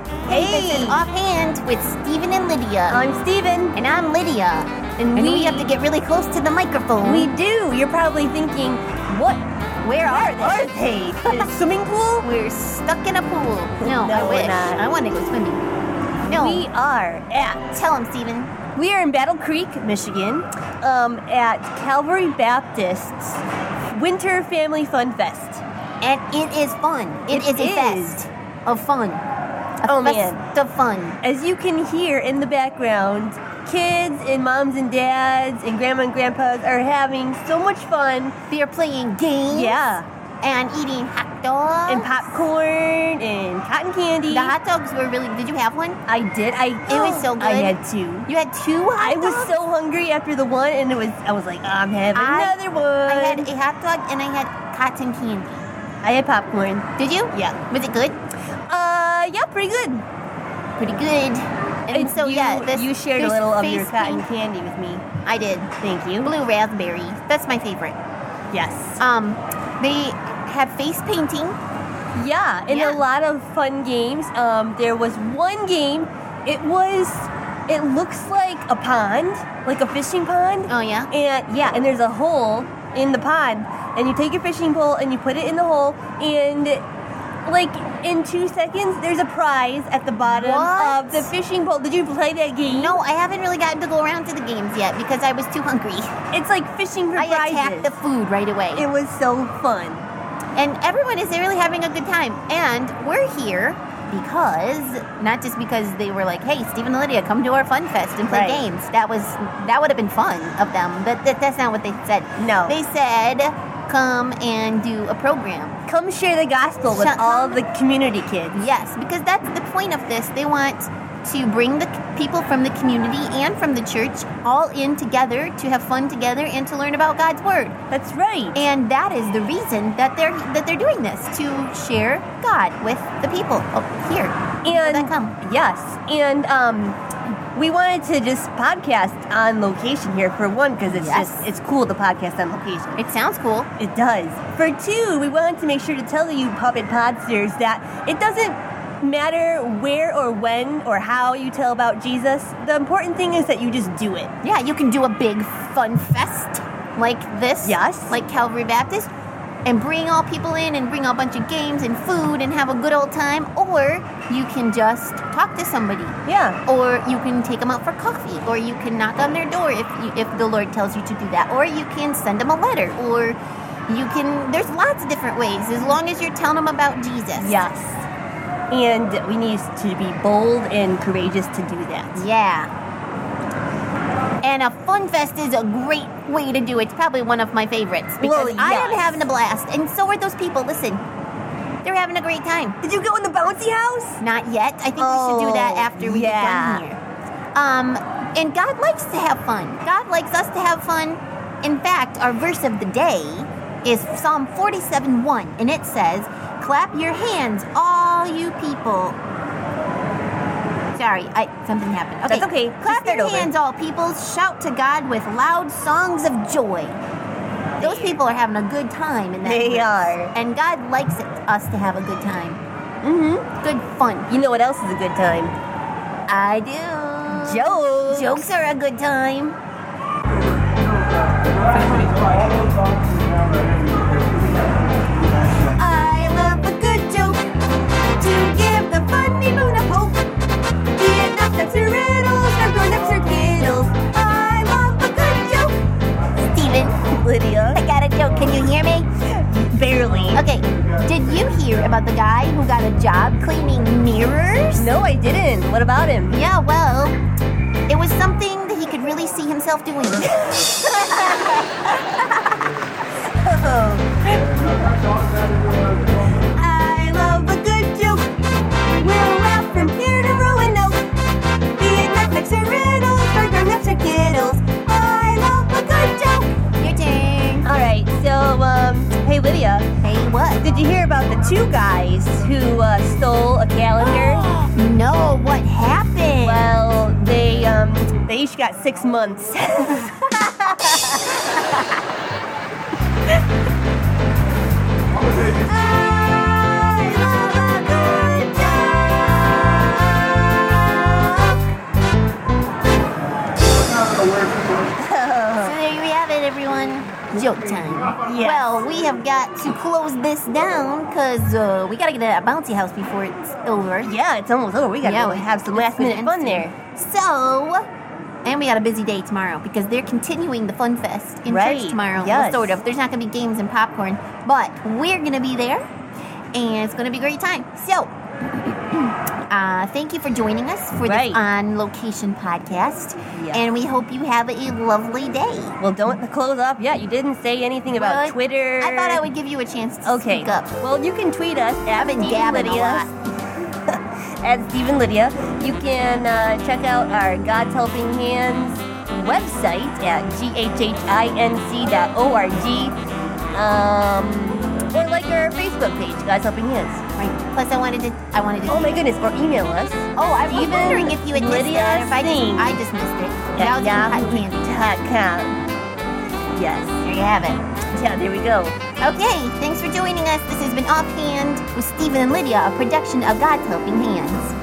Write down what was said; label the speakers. Speaker 1: This is
Speaker 2: Hey.
Speaker 1: Offhand with Steven and Lydia.
Speaker 2: I'm Steven.
Speaker 1: and I'm Lydia. And, we,
Speaker 2: we-
Speaker 1: have to get really close to the microphone.
Speaker 2: We do. You're probably thinking, what?
Speaker 1: where are they?
Speaker 2: Are they? In a swimming pool?
Speaker 1: We're stuck in a pool. No,
Speaker 2: No,
Speaker 1: I
Speaker 2: we're
Speaker 1: wish.
Speaker 2: not.
Speaker 1: I want to go swimming. No.
Speaker 2: We are at.
Speaker 1: Tell him, Steven.
Speaker 2: We are in Battle Creek, Michigan, um, at Calvary Baptist's Winter Family Fun Fest.
Speaker 1: And it is fun.
Speaker 2: It
Speaker 1: it is, a
Speaker 2: is.
Speaker 1: fest of fun. A
Speaker 2: Oh,
Speaker 1: fest
Speaker 2: man.
Speaker 1: of fun.
Speaker 2: As you can hear in the background, kids and moms and dads and grandma and grandpas are having so much fun.
Speaker 1: They're playing games.
Speaker 2: Yeah.
Speaker 1: And eating hot dogs.
Speaker 2: And popcorn and cotton candy.
Speaker 1: The hot dogs were really. Did you have one?
Speaker 2: I did. I
Speaker 1: It was so
Speaker 2: I
Speaker 1: good.
Speaker 2: had two.
Speaker 1: You had two hot
Speaker 2: I was
Speaker 1: dogs?
Speaker 2: so hungry after the one, and it was. I was like, I'm having
Speaker 1: I-
Speaker 2: another one.
Speaker 1: I had a hot dog and I had cotton candy.
Speaker 2: I had popcorn.
Speaker 1: Did you?
Speaker 2: Yeah.
Speaker 1: Was it good?
Speaker 2: Uh, yeah, pretty good.
Speaker 1: Pretty good. And so
Speaker 2: you,
Speaker 1: yeah, this
Speaker 2: you shared a
Speaker 1: this
Speaker 2: little of your
Speaker 1: face
Speaker 2: cotton
Speaker 1: pink-
Speaker 2: candy with me.
Speaker 1: I did.
Speaker 2: Thank you.
Speaker 1: Blue raspberry. That's my favorite.
Speaker 2: Yes.
Speaker 1: Um, they have face painting.
Speaker 2: Yeah, and a
Speaker 1: Yeah.
Speaker 2: lot of fun games. Um, there was one game. It was. It looks like a pond, like a fishing pond,
Speaker 1: Oh yeah.
Speaker 2: and yeah, and there's a hole in the pond, and you take your fishing pole and you put it in the hole, and like in two seconds, there's a prize at the bottom
Speaker 1: What?
Speaker 2: of the fishing pole. Did you play that game?
Speaker 1: No, I haven't really gotten to go around to the games yet because I was too hungry.
Speaker 2: It's like fishing for
Speaker 1: I
Speaker 2: prizes.
Speaker 1: attacked the food right away.
Speaker 2: it was so fun.
Speaker 1: And everyone is really having a good time. And we're here because not just because they were like, "Hey, Stephen and Lydia, come to our fun fest and play
Speaker 2: Right.
Speaker 1: games." That was that would have been fun of them, but that, that's not what they said.
Speaker 2: No.
Speaker 1: They said, "Come and do a program."
Speaker 2: Come share the gospel with
Speaker 1: Shut-
Speaker 2: all the community kids.
Speaker 1: Yes, because that's the point of this. They want to bring the c- people from the community and from the church all in together to have fun together and to learn about God's word.
Speaker 2: That's right.
Speaker 1: And that is the reason that they're that they're doing this to share God with the people up here.
Speaker 2: and
Speaker 1: that come.
Speaker 2: yes and um we wanted to just podcast on location here for one because it's
Speaker 1: Yes.
Speaker 2: just it's cool to podcast on location
Speaker 1: It sounds cool.
Speaker 2: it does for two we wanted to make sure to tell you puppet podsters that it doesn't matter where or when or how you tell about jesus the important thing is that you just do it
Speaker 1: Yeah, you can do a big fun fest like this.
Speaker 2: Yes.
Speaker 1: Like Calvary Baptist. And bring all people in and bring a bunch of games and food and have a good old time. Or you can just talk to somebody.
Speaker 2: yeah
Speaker 1: Or you can take them out for coffee. Or you can knock on their door if, you, if the Lord tells you to do that. Or you can send them a letter. Or you can, there's lots of different ways as long as you're telling them about Jesus.
Speaker 2: yes and we need to be bold and courageous to do that
Speaker 1: Yeah. And a fun fest is a great way to do it. It's probably one of my favorites because
Speaker 2: Well,
Speaker 1: I am
Speaker 2: yes.
Speaker 1: having a blast, and so are those people. Listen, they're having a great time.
Speaker 2: did you go in the bouncy house
Speaker 1: Not yet. I think we should do that
Speaker 2: Oh,
Speaker 1: after we
Speaker 2: yeah.
Speaker 1: get done here. Um, and God likes to have fun. God likes us to have fun. In fact, our verse of the day is Psalm 47 1, and it says, Clap your hands, all you people. Sorry, I, something happened. Okay.
Speaker 2: That's okay.
Speaker 1: Clap
Speaker 2: Just start
Speaker 1: your
Speaker 2: over.
Speaker 1: hands, all people. Shout to God with loud songs of joy. Those people are having a good time in that.
Speaker 2: They
Speaker 1: verse.
Speaker 2: are.
Speaker 1: And God likes it, us to have a good time. Mm-hmm. Good fun.
Speaker 2: you know what else is a good time
Speaker 1: I do.
Speaker 2: jokes
Speaker 1: Jokes are a good time. I love a good joke to give the funny moon a poke. Being up that's your riddles, not grown ups or kiddles. I love a good joke. Steven,
Speaker 2: lydia
Speaker 1: I got a joke. Can you hear me?
Speaker 2: Barely.
Speaker 1: Okay, did you hear about the guy who got a job cleaning mirrors?
Speaker 2: No, I didn't. What about him?
Speaker 1: Yeah, well, it was something that he could really see himself doing.
Speaker 2: I love a good joke. We'll laugh from here to Roanoke. Being Netflix or riddles, for grown-ups or kiddles. I love a good joke.
Speaker 1: Your turn.
Speaker 2: All right. So, um, hey Lydia,
Speaker 1: Hey, what?
Speaker 2: did you hear about the two guys who uh, stole a calendar?
Speaker 1: no, what happened?
Speaker 2: Well, they um, they each got six months.
Speaker 1: I love a good joke. joke time.
Speaker 2: Yes.
Speaker 1: Well, we have got to close this down because uh, we got to get to that bouncy house before it's over.
Speaker 2: Yeah, it's almost over. We gotta
Speaker 1: Yeah,
Speaker 2: go
Speaker 1: we-
Speaker 2: have some
Speaker 1: it's
Speaker 2: last minute
Speaker 1: been
Speaker 2: fun
Speaker 1: empty.
Speaker 2: there.
Speaker 1: So, and we got a busy day tomorrow because they're continuing the fun fest in
Speaker 2: Right,
Speaker 1: church tomorrow. well,
Speaker 2: yes.
Speaker 1: sort of. There's not going to be games and popcorn, but we're going to be there, and it's going to be a great time. So. Uh, thank you for joining us for
Speaker 2: Right.
Speaker 1: this on location podcast,
Speaker 2: Yes.
Speaker 1: and we hope you have a lovely day.
Speaker 2: Well, don't close off yet. You didn't say anything about
Speaker 1: Well,
Speaker 2: Twitter.
Speaker 1: I thought I would give you a chance to
Speaker 2: Okay.
Speaker 1: speak up.
Speaker 2: Well, you can tweet us at
Speaker 1: I've been
Speaker 2: Steve and
Speaker 1: gabbing a
Speaker 2: Lydia.
Speaker 1: lot.
Speaker 2: at Steve and Lydia. You can uh, check out our God's Helping Hands website at ghhinc.org. Um, or like our Facebook page, God's Helping Hands.
Speaker 1: Right. Plus, I wanted to. I wanted to.
Speaker 2: Oh my goodness, or email us.
Speaker 1: Oh, I was
Speaker 2: Steven
Speaker 1: wondering if you had missed
Speaker 2: Lydia
Speaker 1: that. or If I
Speaker 2: Singh
Speaker 1: just, I just missed it. But I
Speaker 2: at
Speaker 1: was eating cotton candy.
Speaker 2: yahoo.com. Yes.
Speaker 1: There you have it.
Speaker 2: Yeah, there we go.
Speaker 1: Okay, thanks for joining us. This has been Offhand with Stephen and Lydia, a production of God's Helping Hands.